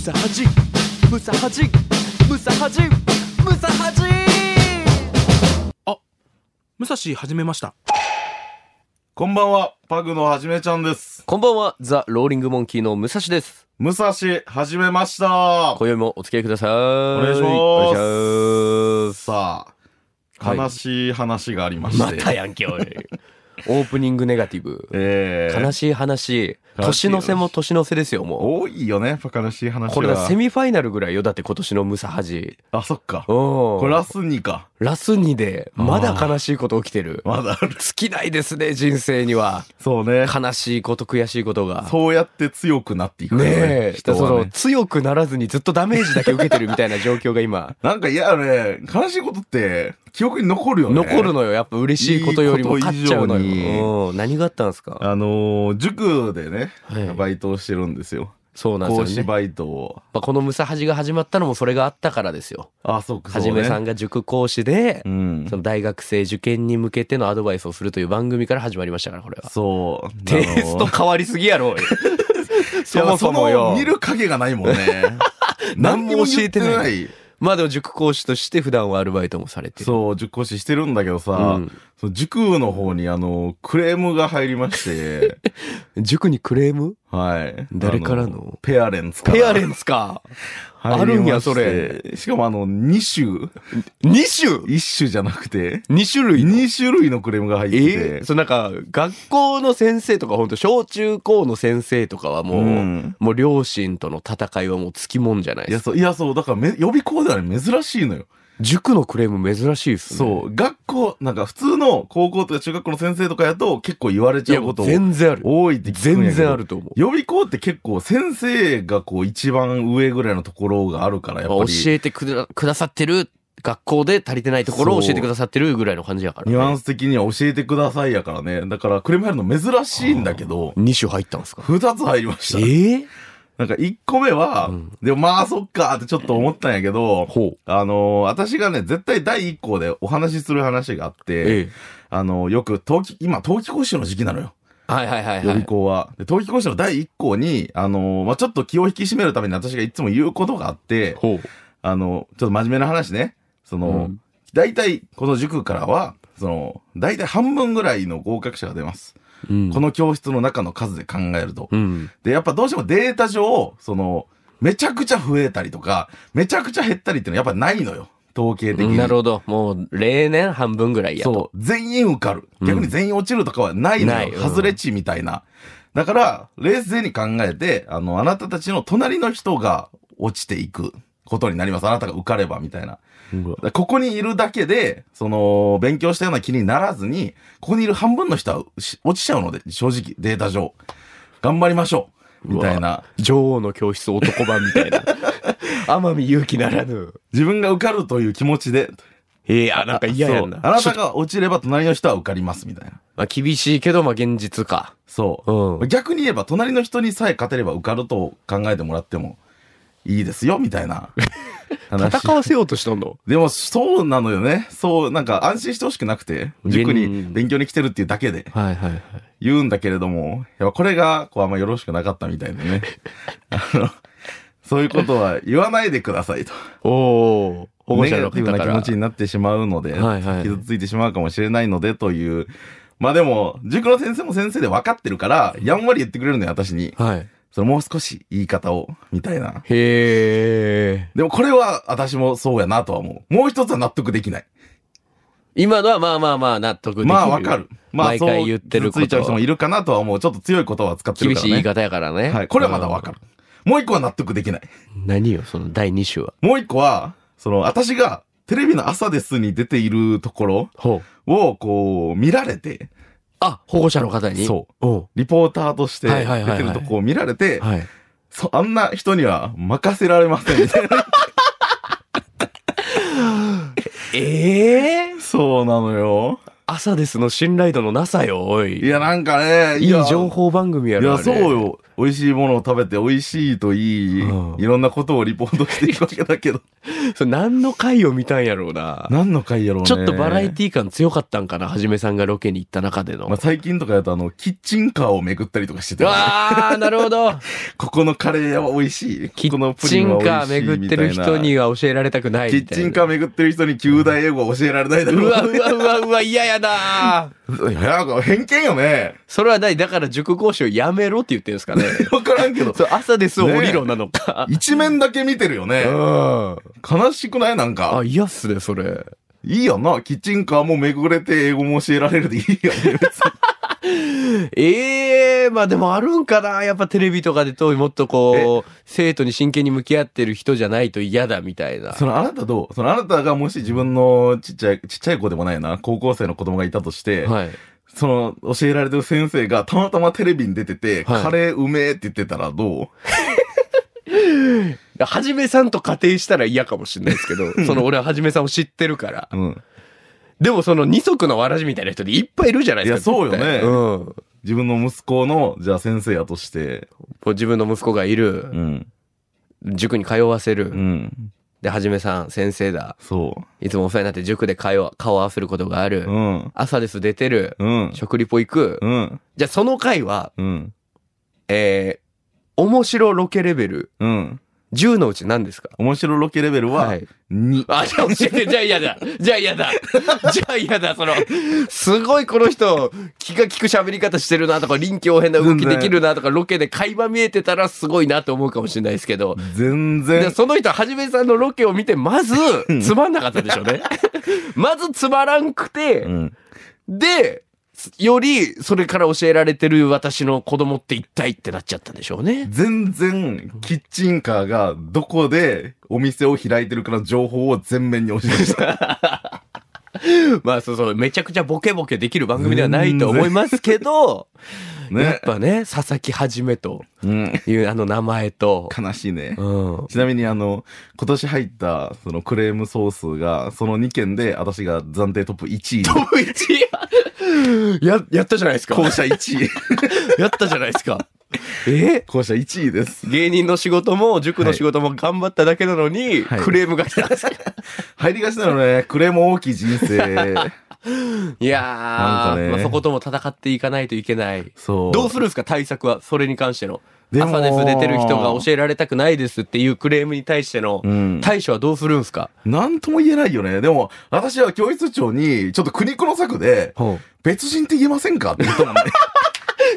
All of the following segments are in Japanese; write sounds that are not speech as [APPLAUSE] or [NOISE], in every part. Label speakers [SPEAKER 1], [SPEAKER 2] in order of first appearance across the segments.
[SPEAKER 1] サハジムサハジムサハジムサハジ
[SPEAKER 2] 武蔵始めました
[SPEAKER 3] こんばんは、パグのはじめちゃんです。
[SPEAKER 1] こんばんはザ・ローリング・モンキーの武蔵です
[SPEAKER 3] 武蔵、はじめました。お
[SPEAKER 1] 今宵もお付き合いください
[SPEAKER 3] 願いし
[SPEAKER 1] お
[SPEAKER 3] ます。さあ、
[SPEAKER 1] はい
[SPEAKER 3] 悲しい話がありま
[SPEAKER 1] ま
[SPEAKER 3] して。
[SPEAKER 1] たやんけおいオープニングネガティブ
[SPEAKER 3] えー
[SPEAKER 1] 悲しい話
[SPEAKER 3] 悲しい
[SPEAKER 1] 年の瀬も年の瀬ですよも
[SPEAKER 3] 多いよね、やっぱ悲しい話
[SPEAKER 1] う
[SPEAKER 3] は。
[SPEAKER 1] これがセミファイナルぐらいよだって今年のムサハジ
[SPEAKER 3] あ、そっか。
[SPEAKER 1] こ
[SPEAKER 3] これラス2か。
[SPEAKER 1] ラス2でまだ悲しいこと起きてる
[SPEAKER 3] まだある。
[SPEAKER 1] 尽きないですね人生には
[SPEAKER 3] そうね。
[SPEAKER 1] 悲しいこと悔しいことが
[SPEAKER 3] そうやって強くなっていくよ
[SPEAKER 1] ねえ
[SPEAKER 3] 人
[SPEAKER 1] そ
[SPEAKER 3] は
[SPEAKER 1] の
[SPEAKER 3] ね。
[SPEAKER 1] 強くならずにずっとダメージだけ受けてるみたいな状況が今
[SPEAKER 3] なんかいやね、悲しいことって記憶に残るよね。
[SPEAKER 1] 残るのよやっぱ嬉しいことよりも
[SPEAKER 3] いいこと
[SPEAKER 1] 勝
[SPEAKER 3] 以
[SPEAKER 1] っちゃう
[SPEAKER 3] 上に
[SPEAKER 1] のようん何があったんですか
[SPEAKER 3] あのー塾でね、
[SPEAKER 1] はい
[SPEAKER 3] バイトをしてるんですよ。
[SPEAKER 1] そうなん
[SPEAKER 3] 講
[SPEAKER 1] です
[SPEAKER 3] 師
[SPEAKER 1] よね
[SPEAKER 3] バイトを。
[SPEAKER 1] まあこのムサハジが始まったのもそれがあったからですよ
[SPEAKER 3] あ、そっか、
[SPEAKER 1] はじめさん
[SPEAKER 3] が。
[SPEAKER 1] が塾講師で
[SPEAKER 3] うん
[SPEAKER 1] そ。の大学生受験に向けてのアドバイスをするという番組から始まりましたからこれは
[SPEAKER 3] そう。
[SPEAKER 1] テイスト変わりすぎやろおいそ
[SPEAKER 3] そ
[SPEAKER 1] も
[SPEAKER 3] も
[SPEAKER 1] そ
[SPEAKER 3] そ
[SPEAKER 1] も
[SPEAKER 3] も
[SPEAKER 1] よ
[SPEAKER 3] 見る影がないもんね。
[SPEAKER 1] 何も教えてない
[SPEAKER 3] [LAUGHS] 何も言っ
[SPEAKER 1] まあでも塾講師として普段はアルバイトもされてる。
[SPEAKER 3] そう、塾講師してるんだけどさ、
[SPEAKER 1] うん
[SPEAKER 3] その塾の方にあの、クレームが入りまして、
[SPEAKER 1] [LAUGHS] 塾にクレーム
[SPEAKER 3] はい。
[SPEAKER 1] 誰からの
[SPEAKER 3] あペアレンツから。
[SPEAKER 1] ペアレ
[SPEAKER 3] ン
[SPEAKER 1] ンツか。
[SPEAKER 3] あ
[SPEAKER 1] ある
[SPEAKER 3] る
[SPEAKER 1] ん
[SPEAKER 3] ん
[SPEAKER 1] や
[SPEAKER 3] や、
[SPEAKER 1] そ
[SPEAKER 3] そ
[SPEAKER 1] れ
[SPEAKER 3] れ。しかもあの、2種、
[SPEAKER 1] 2種
[SPEAKER 3] 1種じゃなくて、
[SPEAKER 1] !2 種類の
[SPEAKER 3] 2種類のクレームが入ってて。
[SPEAKER 1] えー、そうなんか学校の先生とか本当小中高の先生とかはもう、
[SPEAKER 3] うん
[SPEAKER 1] もう両親との戦いはもうつきもんじゃない
[SPEAKER 3] い
[SPEAKER 1] で
[SPEAKER 3] や、
[SPEAKER 1] すか。
[SPEAKER 3] そう、いや、そう、だからめ、予備校ではね珍しいのよ。
[SPEAKER 1] 塾のクレーム珍しいですね。
[SPEAKER 3] そう、学校、なんか普通の高校とか中学校の先生とかやと結構言われ
[SPEAKER 1] い
[SPEAKER 3] ちゃ
[SPEAKER 1] や
[SPEAKER 3] う
[SPEAKER 1] も
[SPEAKER 3] こと
[SPEAKER 1] う全然ある。
[SPEAKER 3] 多いって聞くんやけど
[SPEAKER 1] 全然あると思う。
[SPEAKER 3] 予備校って結構先生がこう一番上ぐらいのところがあるからやっぱ
[SPEAKER 1] まあ
[SPEAKER 3] り
[SPEAKER 1] 教えてくだくださってる学校で足りてないところを
[SPEAKER 3] そう
[SPEAKER 1] 教えてくださってるぐらいの感じやから、
[SPEAKER 3] ニュアン
[SPEAKER 1] ス。
[SPEAKER 3] ス的には教えてくださいやからねだからクレーム入るの珍しいんだけど
[SPEAKER 1] 2種入ったんですか
[SPEAKER 3] 2つ入りました、
[SPEAKER 1] ええ
[SPEAKER 3] なんか1個目は、
[SPEAKER 1] うん
[SPEAKER 3] でもまあそっかってちょっと思ったんやけど、
[SPEAKER 1] ほう。
[SPEAKER 3] あのー私がね絶対第1項でお話しする話があって、
[SPEAKER 1] ええ。
[SPEAKER 3] あのーよく冬季今冬季講習の時期なのよ
[SPEAKER 1] はいはいはいはい。
[SPEAKER 3] 予備校は、で冬季講習の第1項に、あのーまあ、ちょっと気を引き締めるために私がいつも言うことがあって、
[SPEAKER 1] ほう。
[SPEAKER 3] あの、ちょっと真面目な話ね。その、
[SPEAKER 1] うん
[SPEAKER 3] 大体、この塾からは、その、大体半分ぐらいの合格者が出ます。
[SPEAKER 1] うん
[SPEAKER 3] この教室の中の数で考えると。
[SPEAKER 1] うん。
[SPEAKER 3] で、やっぱどうしてもデータ上、その、めちゃくちゃ増えたりとか、めちゃくちゃ減ったりっていうのはやっぱないのよ。統計的に。
[SPEAKER 1] なるほど。もう、例年半分ぐらいやと。
[SPEAKER 3] そう。全員受かる。
[SPEAKER 1] うん
[SPEAKER 3] 逆に全員落ちるとかはないのよ。
[SPEAKER 1] ないうん
[SPEAKER 3] 外れ値みたいな。だから、冷静に考えて、あの、あなたたちの隣の人が落ちていくことになります。あなたが受かればみたいな。
[SPEAKER 1] うわ
[SPEAKER 3] だからここにいるだけで、その、勉強したような気にならずに、ここにいる半分の人はし落ちちゃうので、正直、データ上。頑張りましょう。みたいな。
[SPEAKER 1] 女王の教室男版みた
[SPEAKER 3] [LAUGHS]
[SPEAKER 1] いな。天海祐希ならぬ。
[SPEAKER 3] 自分が受かるという気持ちで。
[SPEAKER 1] ええあ、なんか嫌やな
[SPEAKER 3] そう。あな
[SPEAKER 1] ち
[SPEAKER 3] た
[SPEAKER 1] ょっと
[SPEAKER 3] が落ちれば隣の人は受かります、みたいな。
[SPEAKER 1] まあ、厳しいけど、まあ、現実か。
[SPEAKER 3] そう。
[SPEAKER 1] うん。
[SPEAKER 3] 逆に言えば、隣の人にさえ勝てれば受かると考えてもらってもいいですよ、みたいな
[SPEAKER 1] [LAUGHS]
[SPEAKER 3] 話。
[SPEAKER 1] 戦わせようとしとんの
[SPEAKER 3] でも、そうなのよね。そう、なんか安心してほしくなくて、塾に勉強に来てるっていうだけで。
[SPEAKER 1] はいはいはい。
[SPEAKER 3] 言うんだけれども、やっぱこれが、こう、あんまよろしくなかったみたいで
[SPEAKER 1] [LAUGHS]
[SPEAKER 3] ね。あの、そういうことは言わないでくださいと。
[SPEAKER 1] おお保護者の方
[SPEAKER 3] ネガティブな
[SPEAKER 1] か
[SPEAKER 3] 気
[SPEAKER 1] ら
[SPEAKER 3] 持ち。になってしまうので、
[SPEAKER 1] はいはい
[SPEAKER 3] 傷ついてしまうかもしれないのでという。まあでも、塾の先生も先生で分かってるから、やんわり言ってくれるのよ、私に。
[SPEAKER 1] はい。
[SPEAKER 3] そのもう少し言い方を、みたいな。
[SPEAKER 1] へえ。
[SPEAKER 3] でもこれは私もそうやなとは思う。もう一つは納得できない。
[SPEAKER 1] 今のはまあまあまあ納得できる。
[SPEAKER 3] まあわかる。まあ
[SPEAKER 1] 毎回言ってる
[SPEAKER 3] そ
[SPEAKER 1] こ
[SPEAKER 3] う傷ついちゃう人
[SPEAKER 1] と
[SPEAKER 3] も。いるかなとは思う。ちょっと強い言葉は使ってる
[SPEAKER 1] 厳
[SPEAKER 3] か
[SPEAKER 1] し
[SPEAKER 3] ら
[SPEAKER 1] い
[SPEAKER 3] ね。
[SPEAKER 1] 言い方やからね。
[SPEAKER 3] はい。これはまだわかる。もう一個は納得できない。
[SPEAKER 1] うん。何よ、その第2種は。
[SPEAKER 3] もう一個は、その、私が、テレビの朝ですに出ているところ
[SPEAKER 1] ほう。
[SPEAKER 3] を、こう、見られて、
[SPEAKER 1] あ、保護者の方に。
[SPEAKER 3] そう
[SPEAKER 1] お
[SPEAKER 3] リポーターとして
[SPEAKER 1] はいはい
[SPEAKER 3] 出
[SPEAKER 1] はいはい
[SPEAKER 3] てるとこを見られて、
[SPEAKER 1] はい。
[SPEAKER 3] そあんな人には任せられませんみたい [LAUGHS] な。
[SPEAKER 1] ええ
[SPEAKER 3] そうなのよ。
[SPEAKER 1] 朝ですの信頼度のなさよ、おい。
[SPEAKER 3] いや、なんかね、
[SPEAKER 1] いい情
[SPEAKER 3] 報
[SPEAKER 1] 報番組や
[SPEAKER 3] い
[SPEAKER 1] ろ
[SPEAKER 3] や、そう。よ。美味しいものを食べて美味しいといい、
[SPEAKER 1] うん
[SPEAKER 3] いろんなことをリポートしていくわけだけ
[SPEAKER 1] [LAUGHS]
[SPEAKER 3] ど
[SPEAKER 1] それ何の回を見たんやろうな。
[SPEAKER 3] 何の回やろうね
[SPEAKER 1] ちょっとバラエティ感強かったんかなはじめさんがロケに行った中での。
[SPEAKER 3] まあ、最近とかだとあのキッチンカーを巡ったりとかして
[SPEAKER 1] う
[SPEAKER 3] て
[SPEAKER 1] わー、なるほど。
[SPEAKER 3] ここのカレーは美味しい
[SPEAKER 1] キ
[SPEAKER 3] ここの
[SPEAKER 1] ッ
[SPEAKER 3] [LAUGHS] プ
[SPEAKER 1] チ
[SPEAKER 3] リンは
[SPEAKER 1] ンカー
[SPEAKER 3] 美味しい
[SPEAKER 1] 巡ってる人
[SPEAKER 3] み
[SPEAKER 1] には教えられたくな
[SPEAKER 3] た
[SPEAKER 1] い
[SPEAKER 3] いな
[SPEAKER 1] み
[SPEAKER 3] キ
[SPEAKER 1] た
[SPEAKER 3] ッ
[SPEAKER 1] いな。
[SPEAKER 3] チンカー巡ってる人に旧大英語は教えられないだろ
[SPEAKER 1] うわうわうわうわ、嫌やな
[SPEAKER 3] ういや偏見よね
[SPEAKER 1] それはない、だから塾講師をやめろって言ってるんですか
[SPEAKER 3] [LAUGHS]
[SPEAKER 1] ね。
[SPEAKER 3] 分からんけど
[SPEAKER 1] そう、朝ですを降りろなのか。
[SPEAKER 3] 一面だけ見てるよね
[SPEAKER 1] うん。
[SPEAKER 3] 悲しくないなんか
[SPEAKER 1] あ、嫌っすね、それ。
[SPEAKER 3] いいよなキッチンカーも巡れて英語も教えられるでいいよね
[SPEAKER 1] ええまあでもあるんかなやっぱテレビとかでともっとこう、生徒に真剣に向き合ってる人じゃないと嫌だみたいな。
[SPEAKER 3] そのあなたどうそのあなたがもし自分のちっちゃい、ちっちゃい子でもないな、高校生の子供がいたとして、
[SPEAKER 1] はい。
[SPEAKER 3] その教えられてる先生がたまたまテレビに出てて、
[SPEAKER 1] はい
[SPEAKER 3] カレーうめえって言ってたらどう
[SPEAKER 1] はじめさんと仮定したら嫌かもしれないですけど、その俺ははじめさんを知ってるから。
[SPEAKER 3] うん。
[SPEAKER 1] でもその二足のわらじみたいな人でいっぱいいるじゃないですか。
[SPEAKER 3] いやそうよね
[SPEAKER 1] 絶対うん。も
[SPEAKER 3] 自分の息子の、じゃあ先生やとして、
[SPEAKER 1] う自分の息子がいる
[SPEAKER 3] う、ん。
[SPEAKER 1] 塾に通わせる。
[SPEAKER 3] うん。
[SPEAKER 1] で、はじめさん、先生だ。
[SPEAKER 3] そ
[SPEAKER 1] いつもお世話になって塾で会話顔を合わせることがある。
[SPEAKER 3] う。うん。
[SPEAKER 1] 朝です出てる。
[SPEAKER 3] うん。
[SPEAKER 1] 食リポ行く。
[SPEAKER 3] うん。
[SPEAKER 1] じゃあその回は、
[SPEAKER 3] うん。
[SPEAKER 1] えー、面白ロケレベル
[SPEAKER 3] うん。
[SPEAKER 1] 10のうち何ですか
[SPEAKER 3] 面白ロケレベルは、
[SPEAKER 1] はい。
[SPEAKER 3] 2。
[SPEAKER 1] あ、じゃあ教えて、じゃあ嫌だ。じゃあ嫌だ。じゃあ嫌だ、その、すごいこの人、気が利く喋り方してるなとか、臨機応変な動きできるなとか、ロケで会話見えてたらすごいなと思うかもしれないですけど、
[SPEAKER 3] 全
[SPEAKER 1] で
[SPEAKER 3] 然、
[SPEAKER 1] その人はじめさんのロケを見て、まず、つまんなかったでしょうね。 [LAUGHS] まずつまらんくて、
[SPEAKER 3] うん。
[SPEAKER 1] で、より、それから教えられてる私の子供って一体ってなっちゃったんでしょうね。
[SPEAKER 3] 全然、キッチンカーがどこでお店を開いてるから情報を全面に押し出
[SPEAKER 1] [LAUGHS]
[SPEAKER 3] した。
[SPEAKER 1] まあそうそう、めちゃくちゃボケボケできる番組ではないと思いますけど、 [LAUGHS] やっ
[SPEAKER 3] ね。
[SPEAKER 1] ぱね、佐々木はじめと
[SPEAKER 3] うん。
[SPEAKER 1] いうあの名前と、
[SPEAKER 3] 悲しいね。
[SPEAKER 1] うん。
[SPEAKER 3] ちなみにあの、今年入ったそのクレーム総数が、その2件で私が暫定トップ1位。
[SPEAKER 1] [LAUGHS] や、やったじゃないですか。
[SPEAKER 3] 校舎1位。
[SPEAKER 1] やったじゃないです [LAUGHS] か。え
[SPEAKER 3] 校舎1位です。
[SPEAKER 1] 芸人の仕事も塾の仕事も頑張っただけなのに、
[SPEAKER 3] はい
[SPEAKER 1] クレームが来たんです [LAUGHS] か、
[SPEAKER 3] 入りがちなのね、クレーム大きい人生。
[SPEAKER 1] い、や
[SPEAKER 3] なんか
[SPEAKER 1] ー、
[SPEAKER 3] ね
[SPEAKER 1] まあ、そことも戦っていかないといけない。
[SPEAKER 3] そう。
[SPEAKER 1] どうするんですか対策は、それに関しての。
[SPEAKER 3] でも
[SPEAKER 1] 朝です出てる人が教えられたくないですっていうクレームに対しての
[SPEAKER 3] うん
[SPEAKER 1] 対処はどうするんですか、
[SPEAKER 3] なんとも言えないよね。でも、私は教室長に、ちょっと苦肉の策で、別人って言えませんかって言った
[SPEAKER 1] [LAUGHS]
[SPEAKER 3] もんね。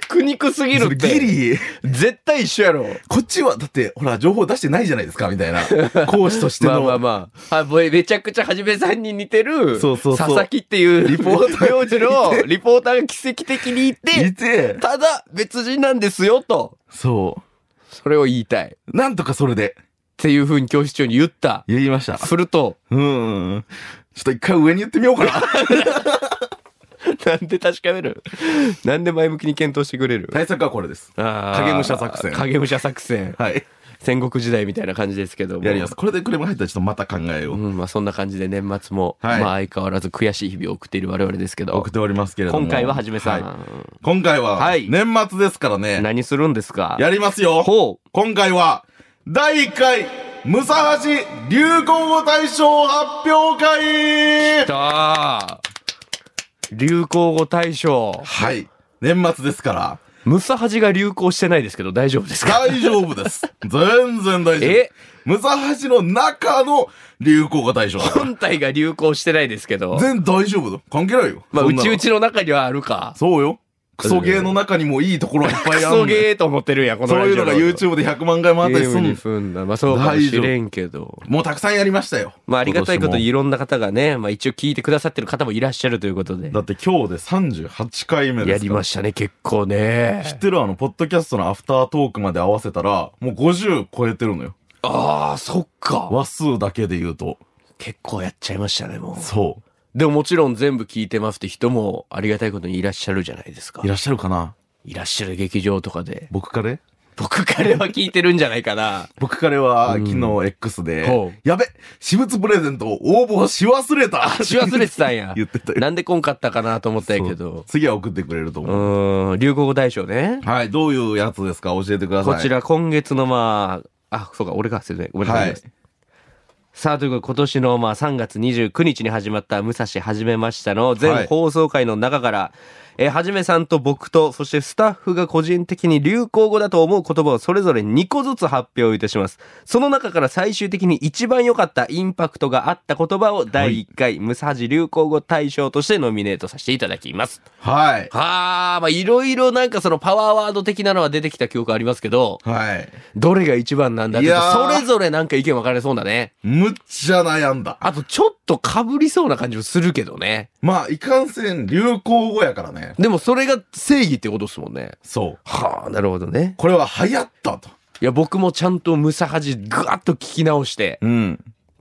[SPEAKER 1] 苦肉すぎ
[SPEAKER 3] そ
[SPEAKER 1] る
[SPEAKER 3] れ
[SPEAKER 1] って。
[SPEAKER 3] ギリ、
[SPEAKER 1] 絶対一緒やろ。
[SPEAKER 3] こっちは、だって、ほら、情報出してないじゃないですか、みたいな。講師として
[SPEAKER 1] [LAUGHS] まあ
[SPEAKER 3] の。
[SPEAKER 1] まあまあ。あ、もうめちゃくちゃはじめさんに似てる、
[SPEAKER 3] そうそうそう
[SPEAKER 1] 佐々木っていう、
[SPEAKER 3] リポーター
[SPEAKER 1] 名字の、リポーターが奇跡的にいて
[SPEAKER 3] い、て、
[SPEAKER 1] ただ、別人なんですよ、と。
[SPEAKER 3] そ
[SPEAKER 1] それを言いたい。っ
[SPEAKER 3] う。なんとかそれで、
[SPEAKER 1] ていうふうに教室長に言った。
[SPEAKER 3] 言いました。
[SPEAKER 1] すると、
[SPEAKER 3] うん。ちょっと一回上に言ってみようかな。
[SPEAKER 1] なんで確かめるなんで前向きに検討してくれる
[SPEAKER 3] [LAUGHS] 対策はこれです。
[SPEAKER 1] あー
[SPEAKER 3] 影武者作戦
[SPEAKER 1] 影武者作戦。
[SPEAKER 3] はい。
[SPEAKER 1] 戦国時代みたいな感じですけども。
[SPEAKER 3] やります。これでクレーム入ったらちょっとまた考えよ
[SPEAKER 1] う
[SPEAKER 3] う。
[SPEAKER 1] ん、まあそんな感じで年末も、
[SPEAKER 3] はい
[SPEAKER 1] まあ相変わらず悔しい日々を送っている我々ですけど
[SPEAKER 3] 送っ、ておりますけれども。
[SPEAKER 1] 今回ははじめさん、
[SPEAKER 3] い今回は
[SPEAKER 1] はい、
[SPEAKER 3] 年末ですからね。
[SPEAKER 1] 何するんですか
[SPEAKER 3] やりますよ。
[SPEAKER 1] ほう。
[SPEAKER 3] 今回は、第1回、武蔵橋流行語大賞発表会
[SPEAKER 1] だ流行語大賞。
[SPEAKER 3] はい。年末ですから、
[SPEAKER 1] ムサハジが流行してないですけど大丈夫ですか
[SPEAKER 3] 大丈夫です。 [LAUGHS] 全然大丈夫。
[SPEAKER 1] え
[SPEAKER 3] 武蔵橋の中の流行語大 [LAUGHS] 賞だから
[SPEAKER 1] 本体が流行してないですけど。
[SPEAKER 3] 全然大丈夫だ。関係ないよ。
[SPEAKER 1] まあ、
[SPEAKER 3] そ
[SPEAKER 1] うん
[SPEAKER 3] な
[SPEAKER 1] ち
[SPEAKER 3] の
[SPEAKER 1] うちの中にはあるか。
[SPEAKER 3] そうよ。クソゲーの中にもいいところはいっぱ
[SPEAKER 1] ク
[SPEAKER 3] いある
[SPEAKER 1] ソゲーと思ってるやん、この
[SPEAKER 3] そう
[SPEAKER 1] ラ
[SPEAKER 3] い
[SPEAKER 1] ジ
[SPEAKER 3] う
[SPEAKER 1] オ
[SPEAKER 3] のが YouTube で100万回もあったり
[SPEAKER 1] ゲ
[SPEAKER 3] す
[SPEAKER 1] ーム
[SPEAKER 3] る
[SPEAKER 1] に
[SPEAKER 3] の
[SPEAKER 1] 踏んだ。まあ、そうかもしれんけど。
[SPEAKER 3] もうたくさんやりましたよ。
[SPEAKER 1] まあ、ありがたいことにい
[SPEAKER 3] 今
[SPEAKER 1] ろんな方がね、まあ一応聞いてくださってる方もいらっしゃるということで
[SPEAKER 3] 年も。だって今日で38回目ですから。
[SPEAKER 1] やりましたね、結構ね。
[SPEAKER 3] 知ってるあの、ポッドキャストのアフタートークまで合わせたら、もう50超えてるのよ。
[SPEAKER 1] ああ、そっか。
[SPEAKER 3] 話数だけで言うと。
[SPEAKER 1] 結構やっちゃいましたね、もう。
[SPEAKER 3] そ
[SPEAKER 1] でももちろん全部聞いてますって人もありがたいことにいらっしゃるじゃないですか
[SPEAKER 3] う。い。らっしゃるかない
[SPEAKER 1] らっしゃる劇場とかで。
[SPEAKER 3] 僕カレ
[SPEAKER 2] 僕彼は聞いてるんじゃないか
[SPEAKER 3] [LAUGHS]
[SPEAKER 2] な。
[SPEAKER 3] 僕彼は昨日 X で、
[SPEAKER 2] ほう
[SPEAKER 3] やべ私物プレゼント応募し忘れた。
[SPEAKER 2] し忘れてたんや
[SPEAKER 3] 言ってたよ
[SPEAKER 2] なんでこんかったかなと思ったんやけど。
[SPEAKER 3] [LAUGHS] 次は送ってくれると
[SPEAKER 2] う
[SPEAKER 3] 思う。
[SPEAKER 2] ーん、流行語大賞ね。
[SPEAKER 3] はい、どういうやつですか教えてください。
[SPEAKER 2] こちら今月のまあ、あ、そうか、俺が説明。ごめんなさい。
[SPEAKER 3] はい
[SPEAKER 2] さあ、ということで今年のまあ3月29日に始まった武蔵はじめましたの
[SPEAKER 3] はい
[SPEAKER 2] 全放送回の中から、えーはじめさんと僕と、そしてスタッフが個人的に流行語だと思う言葉をそれぞれ2個ずつ発表いたします。その中から最終的に一番良かったインパクトがあった言葉を第1回、武蔵流行語大賞としてノミネートさせていただきます。
[SPEAKER 3] はい。
[SPEAKER 2] はあ、まあいろいろなんかそのパワーワード的なのは出てきた記憶ありますけど、
[SPEAKER 3] はい。
[SPEAKER 2] どれが一番なんだって
[SPEAKER 3] いやー
[SPEAKER 2] それぞれなんか意見分かれそうだね。
[SPEAKER 3] むっちゃ悩んだ。
[SPEAKER 2] あとちょっと被りそうな感じもするけどね。
[SPEAKER 3] まあ、いかんせん流行語やからね。
[SPEAKER 2] でもそれが正義ってことですもんね。
[SPEAKER 3] そう。
[SPEAKER 2] はあ、なるほどね。
[SPEAKER 3] これは流行ったと。
[SPEAKER 2] いや、僕もちゃんとムサハジぐわっと聞き直して、
[SPEAKER 3] うん。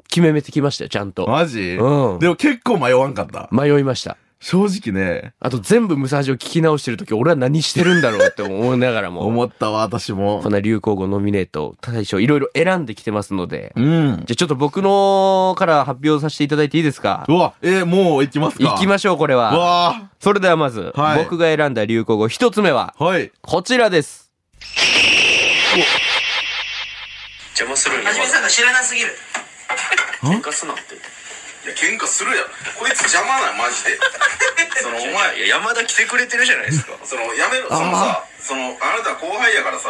[SPEAKER 2] 決めめてきましたよ、ちゃんと。
[SPEAKER 3] マジ
[SPEAKER 2] うん
[SPEAKER 3] でも結構迷わんかった。
[SPEAKER 2] 迷いました。
[SPEAKER 3] 正直ね、
[SPEAKER 2] あと全部ムサハジを聞き直してるとき、俺は何してるんだろうって思いながら [LAUGHS] も、
[SPEAKER 3] 思ったわ、私も
[SPEAKER 2] こん。な流行語ノミネート、大賞いろいろ選んできてますので、
[SPEAKER 3] うん。
[SPEAKER 2] じゃあちょっと僕のから発表させていただいていいですか
[SPEAKER 3] うわ、えー、もう行きますか
[SPEAKER 2] いきましょう、これは。
[SPEAKER 3] わ
[SPEAKER 2] それではまず、
[SPEAKER 3] はい
[SPEAKER 2] 僕が選んだ流行語一つ目は、
[SPEAKER 3] ーはい。
[SPEAKER 2] こちらです。
[SPEAKER 4] 邪魔するんや
[SPEAKER 1] はじめさんが知らなすぎる
[SPEAKER 4] 喧嘩すなって
[SPEAKER 5] いや喧嘩するやんこいつ邪魔なんマ
[SPEAKER 4] [LAUGHS]
[SPEAKER 5] ジでそのお前
[SPEAKER 4] いや山田来てくれてるじゃないですか
[SPEAKER 5] そのやめろそのさそのあなた後輩やからさ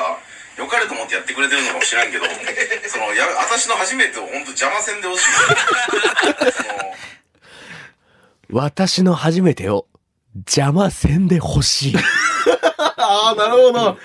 [SPEAKER 5] よかれと思ってやってくれてるのかもしらん
[SPEAKER 3] [LAUGHS]
[SPEAKER 5] けどそのや私の初めてを本当邪魔せんでほしいその
[SPEAKER 2] 私の初めてを邪魔せんでほしい。
[SPEAKER 3] ああ、なるほど。